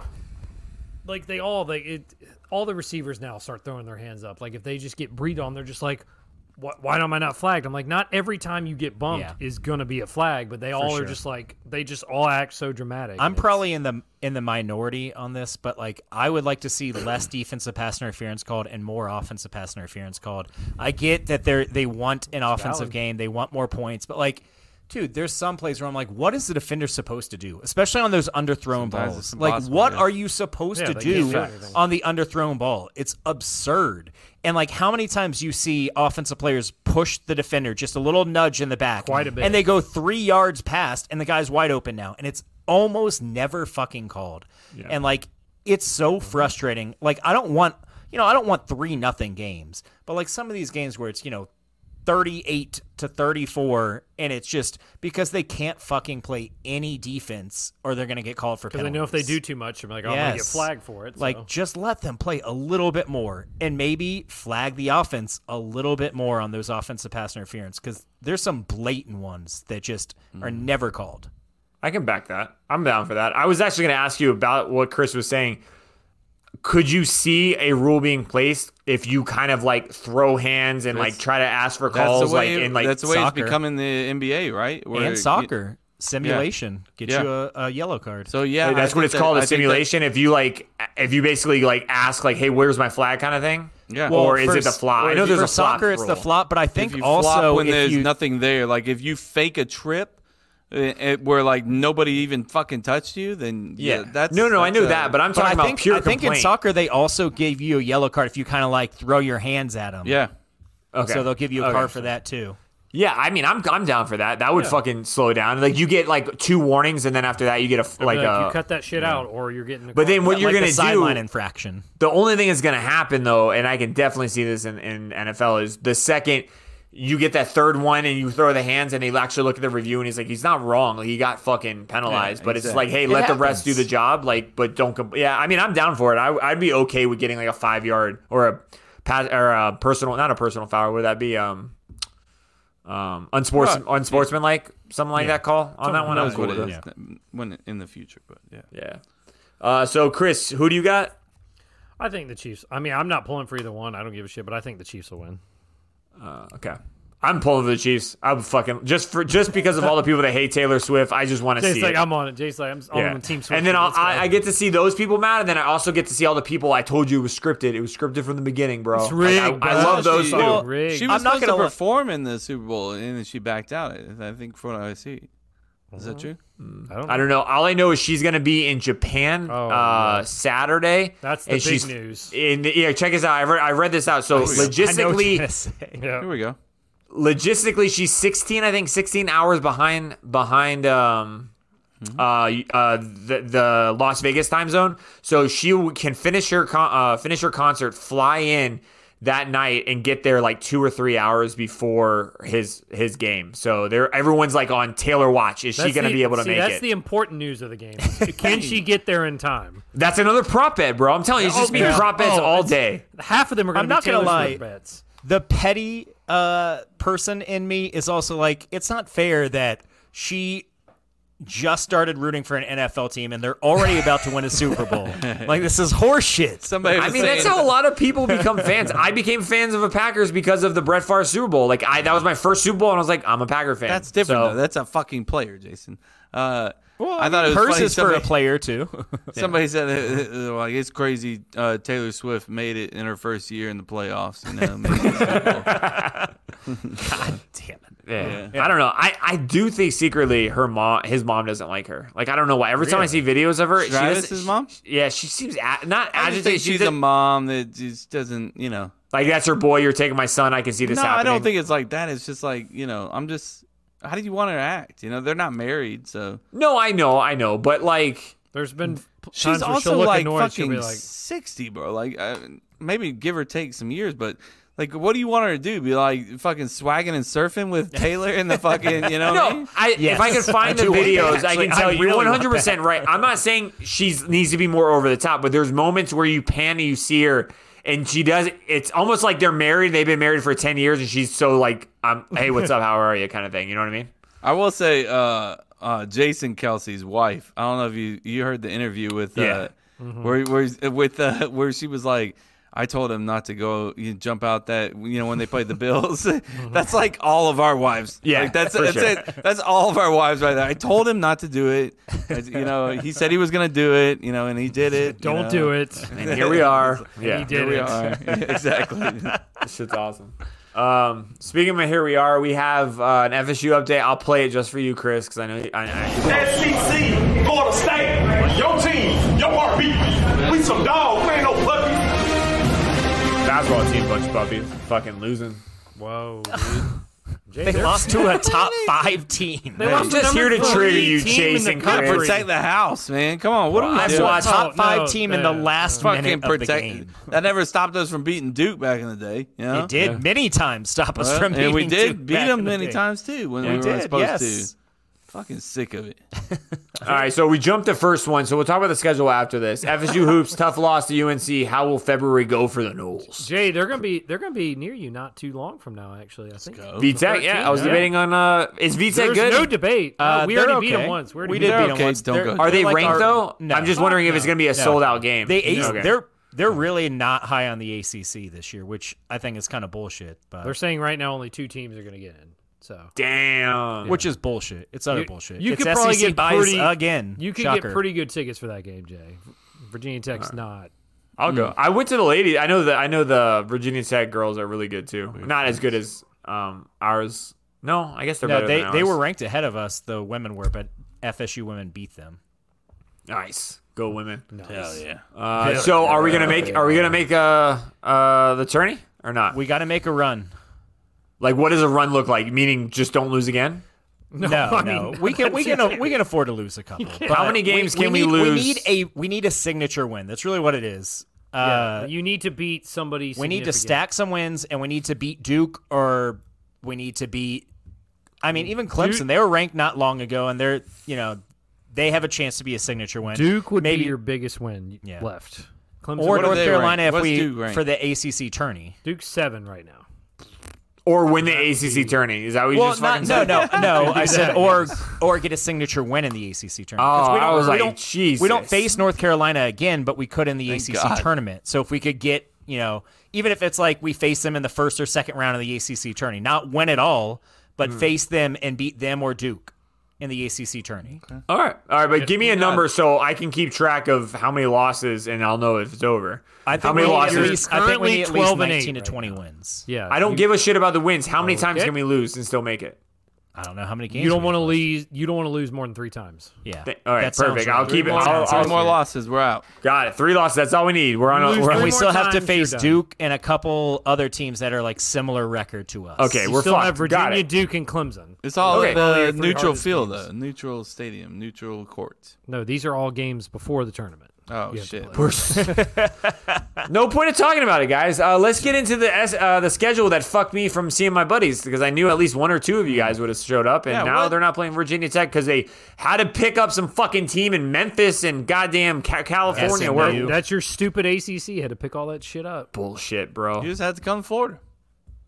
like they all they it, all the receivers now start throwing their hands up. Like if they just get breed on, they're just like, why, why am I not flagged? I'm like, not every time you get bumped
Yeah.
is gonna be a flag, but they all are just like they just all act so dramatic.
I'm
and it's-
probably in the in the minority on this, but like I would like to see less defensive pass interference called and more offensive pass interference called. I get that they are they want an offensive
valid.
game, they want more points, but like, dude, there's some plays where I'm like, what is the defender supposed to do, especially on those underthrown
Sometimes
balls?
it's
Like,
impossible,
what
yeah.
are you supposed
Yeah,
to
they can't
do
do anything.
on the underthrown ball? It's absurd. And like, how many times you see offensive players push the defender just a little nudge in the back,
Quite a bit.
and they go three yards past, and the guy's wide open now, and it's almost never fucking called. And like, it's so frustrating. Like, I don't want, you know, I don't want three nothing games, but like some of these games where it's you know, thirty eight to thirty four, and it's just because they can't fucking play any defense, or they're gonna get called for.
Because I know if they
penalties.
do too much, I'm like, oh, I'm gonna get
Yes.
flagged for it.
Like,
so.
just let them play a little bit more and maybe flag the offense a little bit more on those offensive pass interference because there's some blatant ones that just are
Mm.
never called.
I can back that. I'm down for that. I was actually going to ask you about what Chris was saying. Could you see a rule being placed if you kind of like throw hands and like
That's-
try to ask for
That's
calls
the way
like in like
that's the way
soccer.
it's becoming the NBA, right? Where you-
and soccer simulation get
Yeah.
you a, a yellow card.
so yeah,
that's
I
what
think
it's
that-
called
I
a
think that-
simulation if you like if you basically like ask like hey where's my flag kind of thing
Yeah. Well,
or is
for
it the
s-
flop I know
for
there's a flop
soccer, it's the
rule.
flop, but I
if
think
you
also
flop when
if
there's
you,
nothing there, like if you fake a trip uh, uh, where like nobody even fucking touched you, then yeah,
yeah
that's
no no I
that's
knew
a-
that but I'm
But
talking
I
about
think
pure
I think in
complaint.
soccer they also give you a yellow card if you kind of like throw your hands at them.
yeah,
Okay.
So they'll give you a
Okay.
card for that too.
Yeah, I mean, I'm I'm down for that. That would fucking slow down. Like you get like two warnings, and then after that, you get a f- like
Like,
a.
you cut that shit out, or you're getting.
but then what you're
like the
gonna do?
sideline infraction.
the only thing that's gonna happen though, and I can definitely see this in, in NFL is the second you get that third one and you throw the hands, and they actually look at the review, and he's like, he's not wrong. Like, he got fucking penalized,
Yeah,
but it's
exactly.
like, hey, let the refs do the job. Like, but don't. Compl- yeah, I mean, I'm down for it. I, I'd be okay with getting like a five yard or a pass or a personal, not a personal foul. Would that be um. Um, unsports,
Right.
unsportsmanlike, something like that. Call on that one. I was
that's
cool
what
with
it
it.
is. When in the future, but yeah,
Yeah. Uh, so Chris, who do you got?
I think the Chiefs. I mean, I'm not pulling for either one. I don't give a shit, but I think the Chiefs will win.
Okay. I'm pulling for the Chiefs. I'm fucking just for just because of all the people that hate Taylor Swift. I just want to see
Jay's like,
it.
I'm on it. Jay's like, I'm
yeah.
on the team. Swift.
and then I'll,
Let's go.
I, I get to see those people mad, and then I also get to see all the people I told you it was scripted. It was scripted from the beginning, bro.
It's rigged,
Like, I, I
bro.
love those
she,
two.
Well, rigged.
she
I'm
was
not
supposed to
gonna let-
perform in the Super Bowl, and then she backed out. I think from what I see, is that true?
I don't.
I don't know. All I know is she's gonna be in Japan
Oh,
uh, Saturday.
That's the
and
big
she's
news.
In the, yeah, check this out. I read, I read this out. So
I know what you're
logistically,
gonna say.
Yeah.
Here we go.
logistically she's 16 i think 16 hours behind behind um
Mm-hmm.
uh, uh the the las vegas time zone so she w- can finish her con- uh, finish her concert fly in that night and get there like two or three hours before his his game so there everyone's like on taylor watch is she
That's
gonna
the-
be able to
see,
make
that's
it
the important news of the game. Can she get there in time?
that's another prop bet bro i'm telling you it's just been
yeah.
prop bets
Oh,
all
it's-
day
Half of them are going
I'm
to be
not gonna
Taylor
lie.
Swift bets.
the petty uh, person in me is also like, it's not fair that she just started rooting for an NFL team and they're already about to win a Super Bowl. Like this is horseshit.
Somebody.
I
was
mean, that's
saying-
how a lot of people become fans. I became fans of the Packers because of the Brett Favre Super Bowl. Like, I that was my first Super Bowl, and I was like, I'm a Packer fan.
That's different.
So-
though. That's a fucking player, Jason. Uh,
Well,
I thought it was
hers
funny
is
somebody-
for a player too.
Somebody said that, uh, uh, like it's crazy. Uh, Taylor Swift made it in her first year in the playoffs. You know, made it to the Super Bowl.
Damn it.
yeah. I don't know. I, I do think secretly her mom, his mom doesn't like her. Like, I don't know why. Every time I see videos of her, she
Travis's
doesn't-
mom?
Yeah, she seems a- not
I just think
agitated. She's,
she's a mom that just doesn't, you know.
like that's her boy. You're taking my son. I can see this
No, I
happening.
don't think it's like that. It's just like you know. I'm just. How do you want her to act? You know, they're not married, so
No, I know, I know, but like.
There's been p-
she's
times where
also
she'll look
like
annoyed. She'll
fucking
be like,
sixty, bro. Like, I, maybe give or take some years, but like, what do you want her to do? Be like fucking swagging and surfing with Taylor and the fucking, you know? what I mean?
No, I, if I
Yes.
could find
I
the
do want
videos,
that,
I
actually.
can tell
I
you
really
one
want
hundred percent right. I'm not saying she needs to be more over the top, but there's moments where you pan and you see her, and she does. It's almost like they're married. They've been married for ten years, and she's so like, um, "Hey, what's up? How are you?" kind of thing. You know what I mean?
I will say, uh, uh, Jason Kelsey's wife. I don't know if you you heard the interview with uh,
Yeah.
Mm-hmm.
where where with uh, where she was like. I told him not to go. You jump out that you know when they played the Bills.
Mm-hmm.
that's like all of our wives.
Yeah,
like that's
for
that's
sure.
it. That's all of our wives right there. I told him not to do it. I- you know, he said he was gonna do it. You know, and he did it. you
Don't
know.
do it.
And here we are.
he
yeah,
did
Here we
it.
are. Yeah, exactly.
this shit's awesome. Um, speaking of here we are, we have uh, an FSU update. I'll play it just for you, Chris, because I know. I, I,
SEC, Florida State, your team, your heartbeat. We some dogs, we ain't no puppies.
basketball team, bunch of puppies, fucking losing.
Whoa.
They lost to a top five team.
I'm just here to trigger you,
team in the
chasing
Gotta
country.
Chris.
protect the house, man. Come on, what are we
I've
doing?
watched top
Oh,
five
no,
team in the
yeah,
last
fucking
minute of the
protect.
game.
That never stopped us from beating Duke back in the day. You know?
It did many times stop us
Well,
from beating
and we
Duke
did beat
back
them
in the
many
day.
times too when
We
we were
did,
supposed
yes.
to. Fucking sick of it.
All right, so we jumped the first one, so we'll talk about the schedule after this. FSU hoops, tough loss to UNC. How will February go for the Knowles?
Jay, they're gonna be they're gonna be near you not too long from now. Actually, I think
VTech, E yeah, I was
yeah.
debating on uh, is VTech
there's
good?
no debate. No,
Uh,
we
they're
already beat
okay.
them once. We, already
We
beat
did
them.
beat
They're
them
okay,
once.
don't
They're-
go.
Are they
they're like
ranked
our-
though?
No.
I'm just wondering if it's going to be a sold out game.
They ace,
Okay.
they're they're really not high on the ACC this year, which I think is kind of bullshit. But
They're saying right now only two teams are gonna get in. So
damn.
which is bullshit. It's utter
You-
bullshit.
you
it's
could probably
SEC
get
bias
pretty-
again.
you could
Shocker.
get pretty good tickets for that game, Jay. Virginia Tech's not.
I'll go. I went to the ladies. I know that I know the Virginia Tech girls are really good too. Not as good as um ours. No, I guess they're
No,
better
they
than
they
ours.
were ranked ahead of us. The women were, but FSU women beat them.
nice. Go women.
Hell yeah.
Uh, so are we gonna make are we gonna make uh uh the tourney or not?
We got to make a run.
Like what does a run look like? Meaning just don't lose again?
No,
I
no,
mean,
we can we can we can afford to lose a couple. But
How many games can we
need,
lose?
We need a we need a signature win. That's really what it is. Uh,
you need to beat somebody.
we need to
significant.
stack some wins, and we need to beat Duke, or we need to beat. I mean, even Clemson. they were ranked not long ago, and they're you know they have a chance to be a signature win.
Duke would
maybe
be your biggest win
Yeah.
left. Clemson
or
What are
North
they
Carolina
ranked?
if
What's
we
Duke ranked?
for the ACC tourney.
Duke's seven right now.
Or win the ACC tourney? Is that what you
Well,
just
not,
fucking
no,
said?
no, no. I said or or get a signature win in the ACC tournament. 'Cause
Oh,
we don't-
I was
we
like,
don't,
Jesus.
we don't face North Carolina again, but we could in the ACC
God.
tournament. So if we could get, you know, even if it's like we face them in the first or second round of the ACC tourney, not win at all,
Hmm.
but face them and beat them or Duke in the ACC tourney.
All right, all right, but give me a number so I can keep track of how many losses, and I'll know if it's over.
I think
how many
we need at
losses?
least- I think we
Currently
need at
12
least
and eight
19 to
right
20 wins.
Yeah,
I don't
you,
give a shit about the wins. How
Oh,
many times
Okay.
can we lose and still make it?
I don't know how many games.
You don't
we
want to
have.
lose. You don't want to lose more than three times.
Yeah.
Th- all right,
That sounds
perfect.
right.
I'll keep it-
That
I'll-
sounds
I'll-
Two
right.
more losses, we're out.
Got it. Three losses. That's all we need. We're on. A,
Lose
we're
And
on
we
more
still have to
times, you're
face
done.
Duke and a couple other teams that are like similar record to us.
okay,
You
we're
still
fucked.
have
Got
Virginia,
it.
Duke, and Clemson.
It's all
Okay.
at the
Three
neutral
hardest
field, though. Neutral stadium, neutral court.
No, these are all games before the tournament.
Oh
You have to
shit.
play.
No point of talking about it, guys. Uh, let's get into the S, uh, the schedule that fucked me from seeing my buddies because I knew at least one or two of you guys would have showed up, and
Yeah,
now
what?
they're not playing Virginia Tech because they had to pick up some fucking team in Memphis and goddamn Ca- California.
SMU.
Where
That's your stupid ACC. Had to pick all that shit up.
bullshit, bro.
You just had to come to Florida.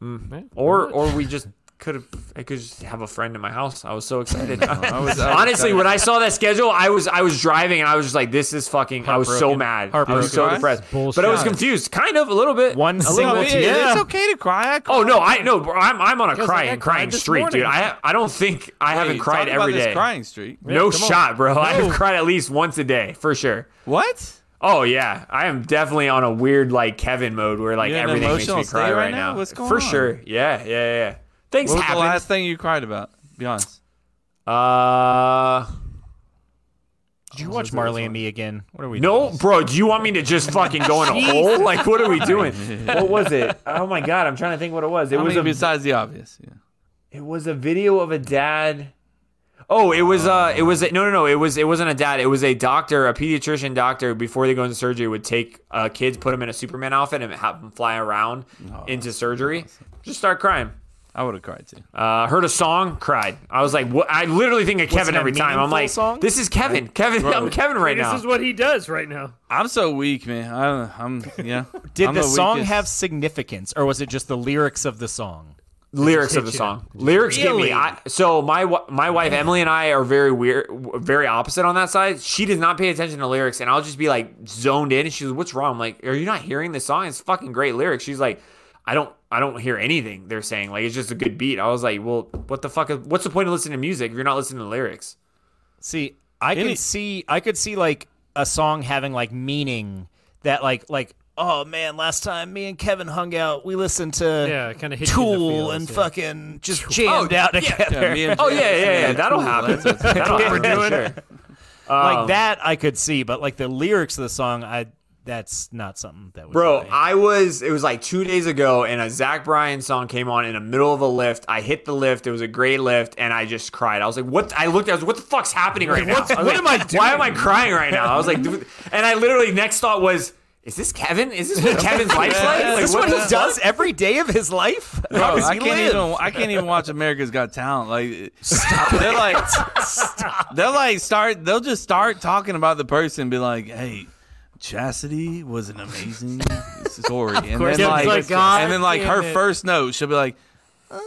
man.
Or or we just could have. I could just have a friend in my house. I was so excited.
I was, I was
Honestly,
excited.
when I saw that schedule, I was I was driving and I was just like, "This is fucking." I was so
Heartbroken.
mad. I
Heartbroken.
was so
Right?
depressed,
Bullshit.
but I was confused, kind of a little bit.
One
a
single
little
Oh,
Well,
bit.
it-
yeah.
It's okay to cry. I cried.
Oh no, I no, bro, I'm I'm on a
like, I
crying
cried
crying
this
streak, dude.
morning.
I I don't think I
Hey,
haven't
talk
cried
about
every
this
day.
crying streak.
No
come on.
shot, bro. I have
No.
cried at least once a day for sure.
What?
Oh yeah, I am definitely on a weird like Kevin mode where like
You're in an
everything makes me
emotional
cry
state right
right
now?
now.
What's going
for
on?
sure. Yeah, yeah, yeah. Things
What was the
happen.
last thing you cried about? Be honest.
Uh,
Did you watch Marley and Me again? What are we?
no,
doing?
bro. Do you want me to just fucking go in a hole? Like, what are we doing? What was it? Oh my god, I'm trying to think what it was. It
I
was
mean,
a
besides the obvious. Yeah.
it was a video of a dad. Oh, it was uh, it was a, no, no, no. It was it wasn't a dad. It was a doctor, a pediatrician doctor. Before they go into surgery, would take uh, kids, put them in a Superman outfit, and have them fly around
Oh,
into surgery. Just start crying.
I would have cried too.
Uh, heard a song, cried. I was like, what? I literally think of Kevin
it a
every time. I'm
meaningful
like,
song?
this is Kevin. Kevin, I'm Kevin right
this
now.
is what he does right now.
I'm so weak, man. I, I'm yeah.
Did
I'm
the song
weakest.
have significance, or was it just the lyrics of the song?
lyrics of the song. Lyrics get me. I, so my wi- my wife Emily and I are very weird, very opposite on that side. She does not pay attention to lyrics, and I'll just be like zoned in. And she's, "What's wrong?" I'm like, "Are you not hearing this song? It's fucking great lyrics." She's like, "I don't, I don't hear anything they're saying. Like it's just a good beat." I was like, "Well, what the fuck? Is, what's the point of listening to music if you're not listening to lyrics?"
See, I
Any-
could see, I could see like a song having like meaning that like like oh man, last time me and Kevin hung out, we listened to
Yeah, kind of hit you in the
Tool
feels,
and
yeah.
fucking just jammed out together.
Yeah, me and
Oh
Jay-
yeah, yeah, yeah. That'll
cool.
happen.
That's what's-
That'll happen. for Sure.
like that, I could see, but like the lyrics of the song, I that's not something that was
Bro,
my-
I was it was like two days ago, and a Zach Bryan song came on in the middle of a lift. I hit the lift; it was a great lift, and I just cried. I was like, "What?" I looked. I was, "What the fuck's happening right now? I was
what
like,
am I doing?
Why am I crying right now?" I was like, dude- and I literally next thought was, "Is this Kevin? Is this what Kevin's life's like?
Is
Like,
this
what
what
the
he
fuck?
does every day of his life? How
Bro,
does
I
he
can't
live?
even. I can't even watch America's Got Talent. Like, they're like, they'll like start. They'll just start talking about the person. and Be like, hey, Chastity was an amazing story. And
course.
then like,
Kevin's like, "God
and then like her
damn it."
first note, she'll be like, uh,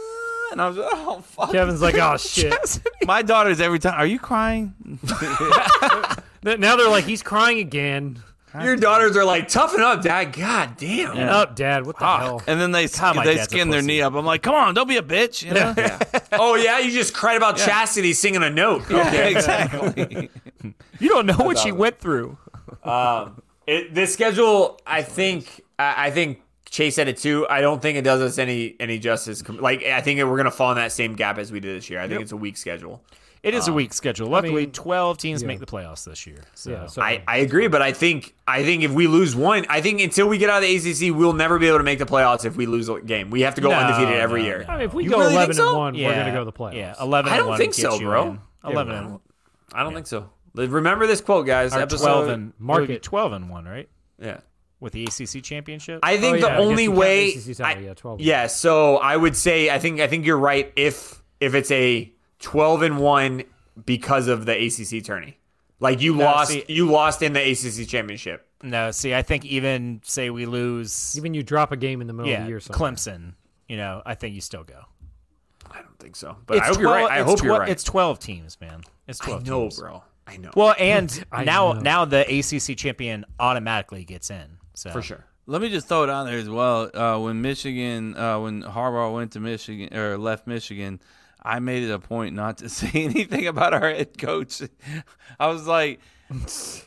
and I was like, oh fuck.
Kevin's like, oh shit.
My daughter's every time. Are you crying?
Th- Now they're like, he's crying again.
Your daughters are like, toughen up, Dad. God damn.
Yeah.
Up, dad. What the hell?
And then they
God, my
they
dad's a
skin their
pussy.
knee up. I'm like, come on, don't be a bitch. You know?
Oh yeah, you just cried about chastity singing a note. Okay.
exactly.
You don't know what she went through.
It, the schedule, I think, I, I think Chase said it too. I don't think it does us any any justice. com- Like I think we're gonna fall in that same gap as we did this year. I think it's a weak schedule.
It is a weak schedule. Luckily,
Um, mean,
twelve teams
yeah.
make the playoffs this year. So,
Yeah, so-
I, I agree, but I think I think if we lose one, I think until we get out of the ACC, we'll never be able to make the playoffs. If we lose a game, we have to go
No,
undefeated
no,
every
no.
year.
I mean, if we
You
go
really think
eleven
so?
and one,
yeah,
we're gonna go to the playoffs. Oh,
Yeah, eleven.
I
and
don't
one
think
gets
so,
you
bro.
in. Eleven and one.
I don't think so. Remember this quote, guys.
Or
episode
twelve and
Mark
it would be
it.
twelve and one, right?
yeah.
With the ACC championship.
I
Oh,
think
yeah,
the
I guess
only
you count
way,
ACC title,
I-
yeah, 12.
yeah. So I would say I think I think you're right. If if it's a twelve and one because of the ACC tourney, like you lost,
see-
you lost in the ACC championship.
no, see, I think even say we lose,
Even you drop a game in the middle of
yeah,
the year. somewhere.
Clemson. You know, I think you still go.
I don't think so, but I hope you're right. I
it's
hope you're
twe-
right.
It's twelve teams, man. It's
I
twelve.
know,
teams.
bro. I know
Well, and
I
now
know.
now the ACC champion automatically gets in. So
for sure.
Let me just throw it out there as well. Uh, when Michigan, uh, when Harbaugh went to Michigan or left Michigan, I made it a point not to say anything about our head coach. I was like,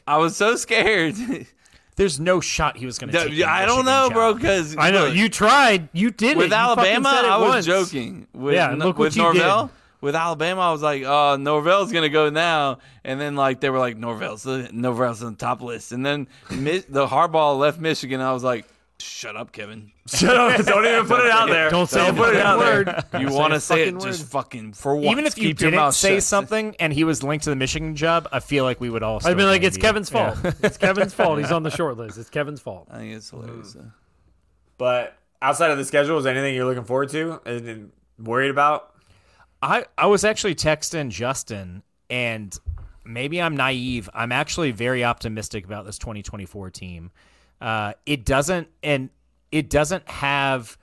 I was so scared.
there's no shot he was going to take. the
I don't
Michigan
know, bro,
job.
because
I know you tried. You did
with
it. You fucking
Alabama,
said it
I was
once.
joking. With,
Yeah,
N-
look what
with
you did.
Norvell, with Alabama, I was like, uh, Norvell's gonna go now, and then like they were like, Norvell's Norvell's on the top list, and then Mi- the Harbaugh left Michigan. I was like, shut up, Kevin.
Shut up! Don't even put it out there.
Don't say
Don't put it
another
out
word.
there.
You want to say it?
fucking
Just
word.
fucking for once.
Even if you
keep your
didn't
mouth
say
shut.
something and he was linked to the Michigan job, I feel like we would all.
I'd
still
been like,
blame
it's
you.
Kevin's
Yeah.
fault. It's Kevin's fault. He's on the short list. It's Kevin's fault.
I think
mm-hmm.
it's hilarious. though.
But outside of the schedule, is there anything you're looking forward to and and worried about?
I, I was actually texting Justin, and maybe I'm naive. I'm actually very optimistic about this 2024 team. Uh, it doesn't, and it doesn't have.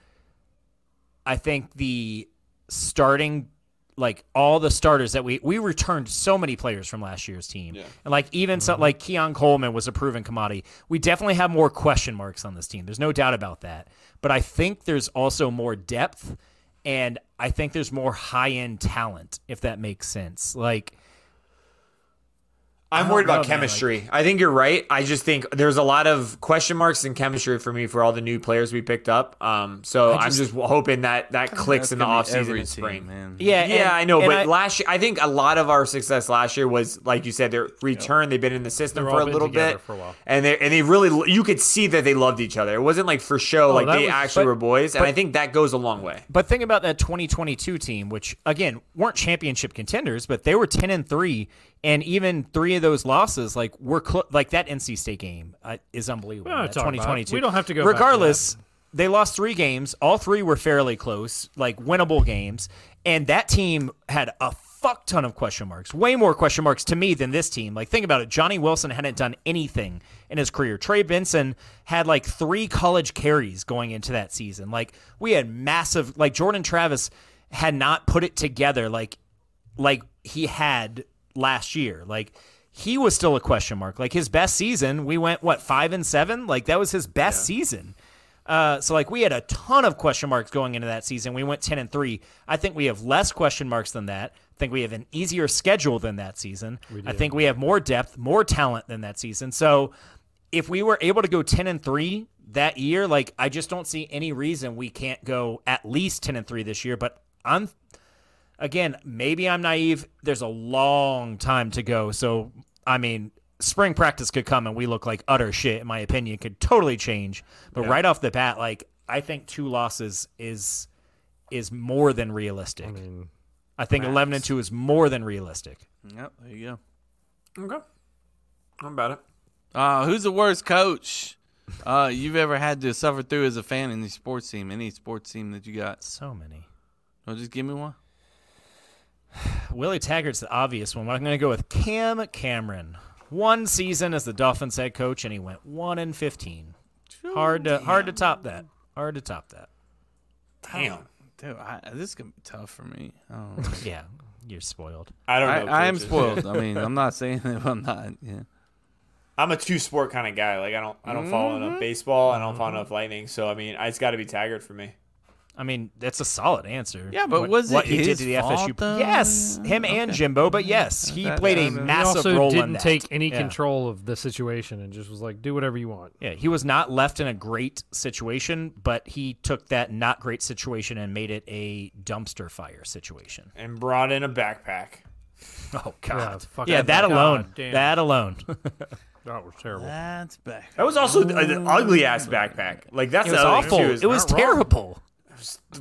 I think the starting, like all the starters that we we returned so many players from last year's team, and like even so, like Keon Coleman was a proven commodity. We definitely have more question marks on this team. There's no doubt about that. But I think there's also more depth and I think there's more high end talent, if that makes sense. Like
I'm worried about
know, man, like-
chemistry. I think you're right. I just think there's a lot of question marks in chemistry for me for all the new players we picked up. Um, so I'm just hoping that that clicks in the
That's gonna be
offseason
every
and spring.
team, man.
Yeah,
Yeah,
and-
I know,
and
but last year, I think a lot of our success last year was like you said, their return. They've been in the system
They're
for
all
a
been
little
together
bit,
for a while.
and they and they really you could see that they loved each other. It wasn't like for show, like
that
they
was-
actually
but-
were boys, and I think that goes a long way.
But think about that 2022 team, which again weren't championship contenders, but they were 10 and three, and even three of those losses, like were clo- like that NC State game uh, is unbelievable.
We don't
That
talk about it.
2022.
We don't have to go back to
Regardless, they lost three games. All three were fairly close, like winnable games, and that team had a fuck ton of question marks. Way more question marks to me than this team. Like think about it. Johnny Wilson hadn't done anything in his career. Trey Benson had like three college carries going into that season. Like we had massive like Jordan Travis had not put it together like like he had last year. Like he was still a question mark. Like his best season, we went what five and seven. Like that was his best season. Uh, so like we had a ton of question marks going into that season. We went ten and three. I think we have less question marks than that. I think we have an easier schedule than that season. I think we have more depth, more talent than that season. So if we were able to go 10 and 3 that year like i just don't see any reason we can't go at least 10 and 3 this year but i'm again maybe i'm naive there's a long time to go so i mean spring practice could come and we look like utter shit in my opinion could totally change but right off the bat like i think two losses is is more than realistic i, think 11 and 2 is more than realistic
Yep, there you go.
Okay, I'm about it.
Uh, who's the worst coach uh, you've ever had to suffer through as a fan in the sports team? Any sports team that you got?
so many
Oh, just give me one.
Willie Taggart's the obvious one. but I'm going to go with Cam Cameron. One season as the Dolphins head coach, and he went one and fifteen. Hard to hard to top that. Hard to top that.
Damn,
Dude, I, this is gonna be tough for me. I don't know.
Yeah, you're spoiled.
I don't
I,
know.
I am
coaches.
spoiled. I mean, I'm not saying that I'm not. Yeah.
I'm a two sport kind of guy. Like I don't I don't follow enough baseball. I don't follow enough lightning. So I mean, it's got to be Taggart for me.
I mean, that's a solid answer.
Yeah, but
What-
was it
what he
his
did to the
fault,
FSU?
though?
Yes, him and Jimbo. But yes, he
That-
played
that-
a
that- He
He
massive
also
role in
didn't
that.
take any
Yeah.
control of the situation and just was like, do whatever you want.
Yeah, he was not left in a great situation, but he took that not great situation and made it a dumpster fire situation.
And brought in a backpack.
Oh
Yeah,
God!
Ah, fuck
Yeah,
that.
that
God
alone.
damn.
That alone.
That was terrible.
That's back.
That was also an ugly ass backpack. Like that's
It was
the other
awful.
Thing too, is
It was
not wrong.
terrible.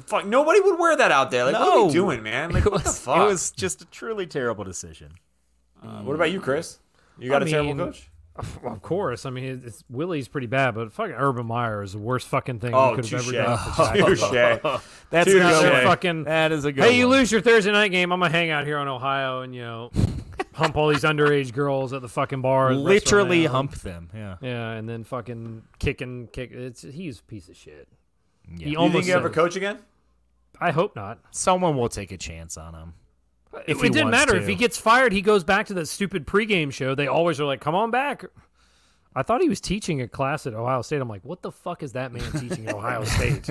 Fuck, nobody would wear that out there. Like what are
No.
we doing, man? Like
It
what the
was,
fuck?
it was just a truly terrible decision.
What about you, Chris? You got a
I
terrible
mean,
coach?
Of course. I mean, it- it's, Willie's pretty bad, but fucking Urban Meyer is the worst fucking thing
Oh,
we could have
touche.
ever done. for Jacksonville.
Touche.
That's
Touche.
another
Touche.
fucking. That is a good.
Hey, you
one.
lose your Thursday night game. I'm gonna hang out here in Ohio and you know, hump all these underage girls at the fucking bar. at the restaurant
Literally
now.
hump them. Yeah.
Yeah, and then fucking kicking, kick. It's he's a piece of shit. He
You
almost.
think you ever
said it.
coach again?
I hope not.
Someone will take a chance on him.
If
he
it didn't
wants
matter,
to.
if he gets fired, he goes back to that stupid pregame show. They always are like, "Come on back." I thought he was teaching a class at Ohio State. I'm like, what the fuck is that man teaching at Ohio State?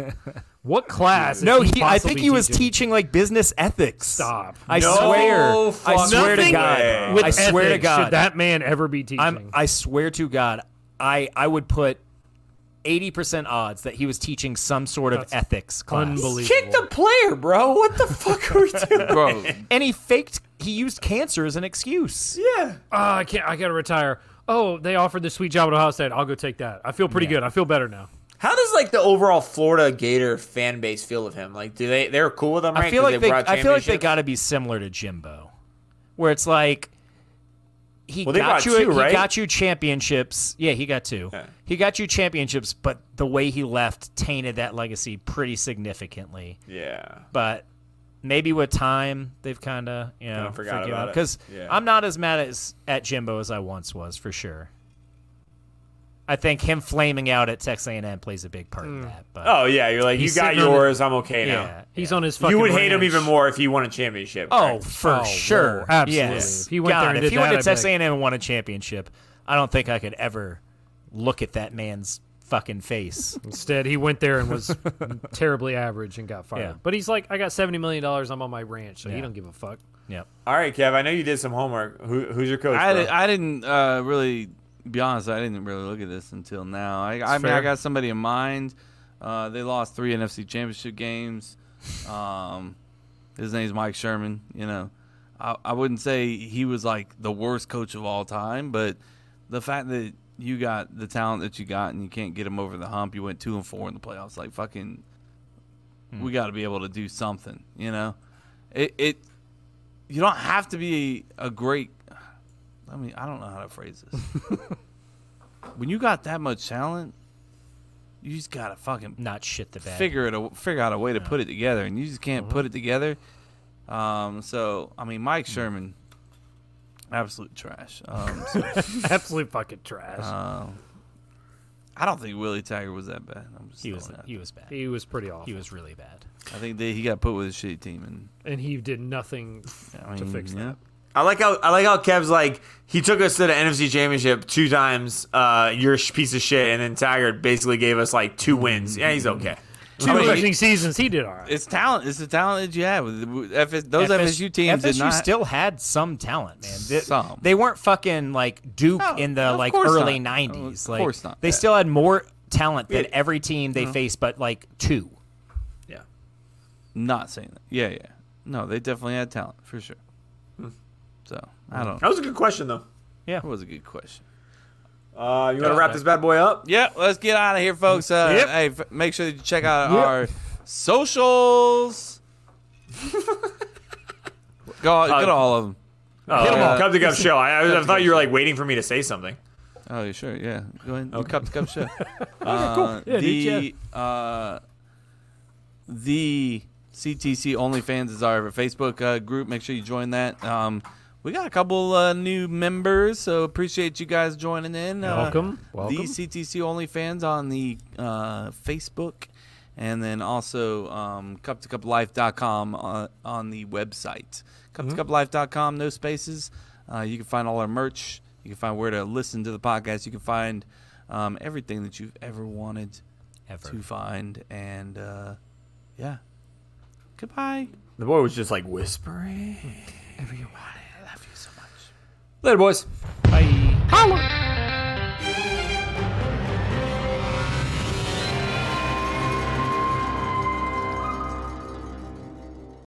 What class? is
No, he, I think
possibly
he was
teaching?
teaching like business ethics.
Stop.
I
No
swear. I
fucking
swear to
way.
God.
With
I swear to
Ethics,
God.
Should that man ever be teaching?
I'm. I swear to God. I I would put. 80% odds that he was teaching some sort of ethics class.
Unbelievable.
Kick the player, bro. What the fuck are we doing?
Bro,
And he faked, he used cancer as an excuse.
yeah.
Oh, I can't. I gotta retire. Oh, they offered the sweet job at Ohio State. I'll go take that. I feel pretty good. I feel better now.
How does like the overall Florida Gator fan base feel of him? Like, do they they're cool with him? Right?
I feel
'Cause
like they,
brought
I feel like they
championships?
got to be similar to Jimbo, where it's like he
Well, they
got
brought
you,
two,
he
right?
got you championships. Yeah, he got two.
Yeah.
He got you championships, but the way he left tainted that legacy pretty significantly.
Yeah.
But maybe with time, they've kind of you know
forgot about it.
Because
Yeah.
I'm not as mad as at Jimbo as I once was for sure. I think him flaming out at Texas A&M plays a big part
Hmm.
in that. But
Oh yeah. You're like
He's
you got
sitting on the-
yours. I'm okay
yeah,
now.
He's
yeah.
on his fucking.
You would hate him
ranch.
even more if he won a championship.
Oh,
correct?
for
Oh,
sure,
Lord, absolutely.
Yes.
If he went
God,
there and
if
did
he
that,
went
I'd
to
be
Texas
like-
A&M and won a championship, I don't think I could ever look at that man's fucking face.
Instead, he went there and was terribly average and got fired.
Yeah.
But he's like, I got seventy million dollars. I'm on my ranch, so he
Yeah.
don't give a fuck.
Yep.
All right, Kev. I know you did some homework. Who, who's your coach?
I,
bro?
di- I didn't uh, really be honest. I didn't really look at this until now. I, I mean, I
fair.
got somebody in mind. Uh, they lost three NFC Championship games. Um, his name's Mike Sherman. You know, I, I wouldn't say he was like the worst coach of all time, but the fact that you got the talent that you got and you can't get him over the hump, you went two and four in the playoffs. Like fucking, we got to be able to do something. You know, it it you don't have to be a great I mean, I don't know how to phrase this. when you got that much talent, you just gotta fucking
Not shit the bed.
figure it, a, figure out a way to put it together, and you just can't
Mm-hmm.
put it together. Um, so I mean, Mike
Mm.
Sherman, absolute trash. Um, so,
Absolute fucking trash.
um, I don't think Willie Tiger was that bad. I'm just
he was
throwing it out
he was bad.
he was pretty awful,
He was really bad.
there. I think that he got put with a shitty team,
and he did nothing.
and I mean,
fix
yeah.
that.
I like how I like how Kev's like he took us to the NFC Championship two times. Uh, you're a sh- piece of shit, and then Tiger basically gave us like two wins. Yeah, he's okay.
Two
mean,
losing seasons, he did all right.
It's talent. It's the talent that you have. With- with FS Those FSU teams did
FSU
not.
still had some talent, man. They,
Some.
They weren't fucking like Duke
No,
in the
of
like
course
early
not.
'90s.
Of
like,
course not. Mm-hmm.
They
Yeah.
still had more talent than every team they faced, but like two.
Yeah.
Not saying that. Yeah, yeah. No, they definitely had talent for sure. So I don't.
That was a good question though.
That was a good question.
Uh, you want to wrap this bad boy up?
Yeah, let's get out of here, folks. Uh,
Yep.
Hey, f- make sure that you check out our socials. go, all- go to all of them.
Oh,
them all.
Cup to Cup show. I, I, I thought you were like waiting for me to say something.
Oh, you sure? Yeah. Go ahead. Okay. Cup to cup show. Uh,
Yeah,
the
dude,
uh, the CTC OnlyFans is our Facebook uh, group. Make sure you join that. Um, we got a couple uh, new members, so appreciate you guys joining in. Uh,
Welcome.
The CTC OnlyFans on the uh, Facebook, and then also um, cuptocuplife.com on, uh, on the website.
Mm-hmm.
Cuptocuplife.com, no spaces. Uh, you can find all our merch. You can find where to listen to the podcast. You can find um, everything that you've ever wanted
Ever.
to find. And uh, yeah. Goodbye.
The boy was just like whispering.
Everybody, I love you so much.
Later, boys.
Bye.
Holla.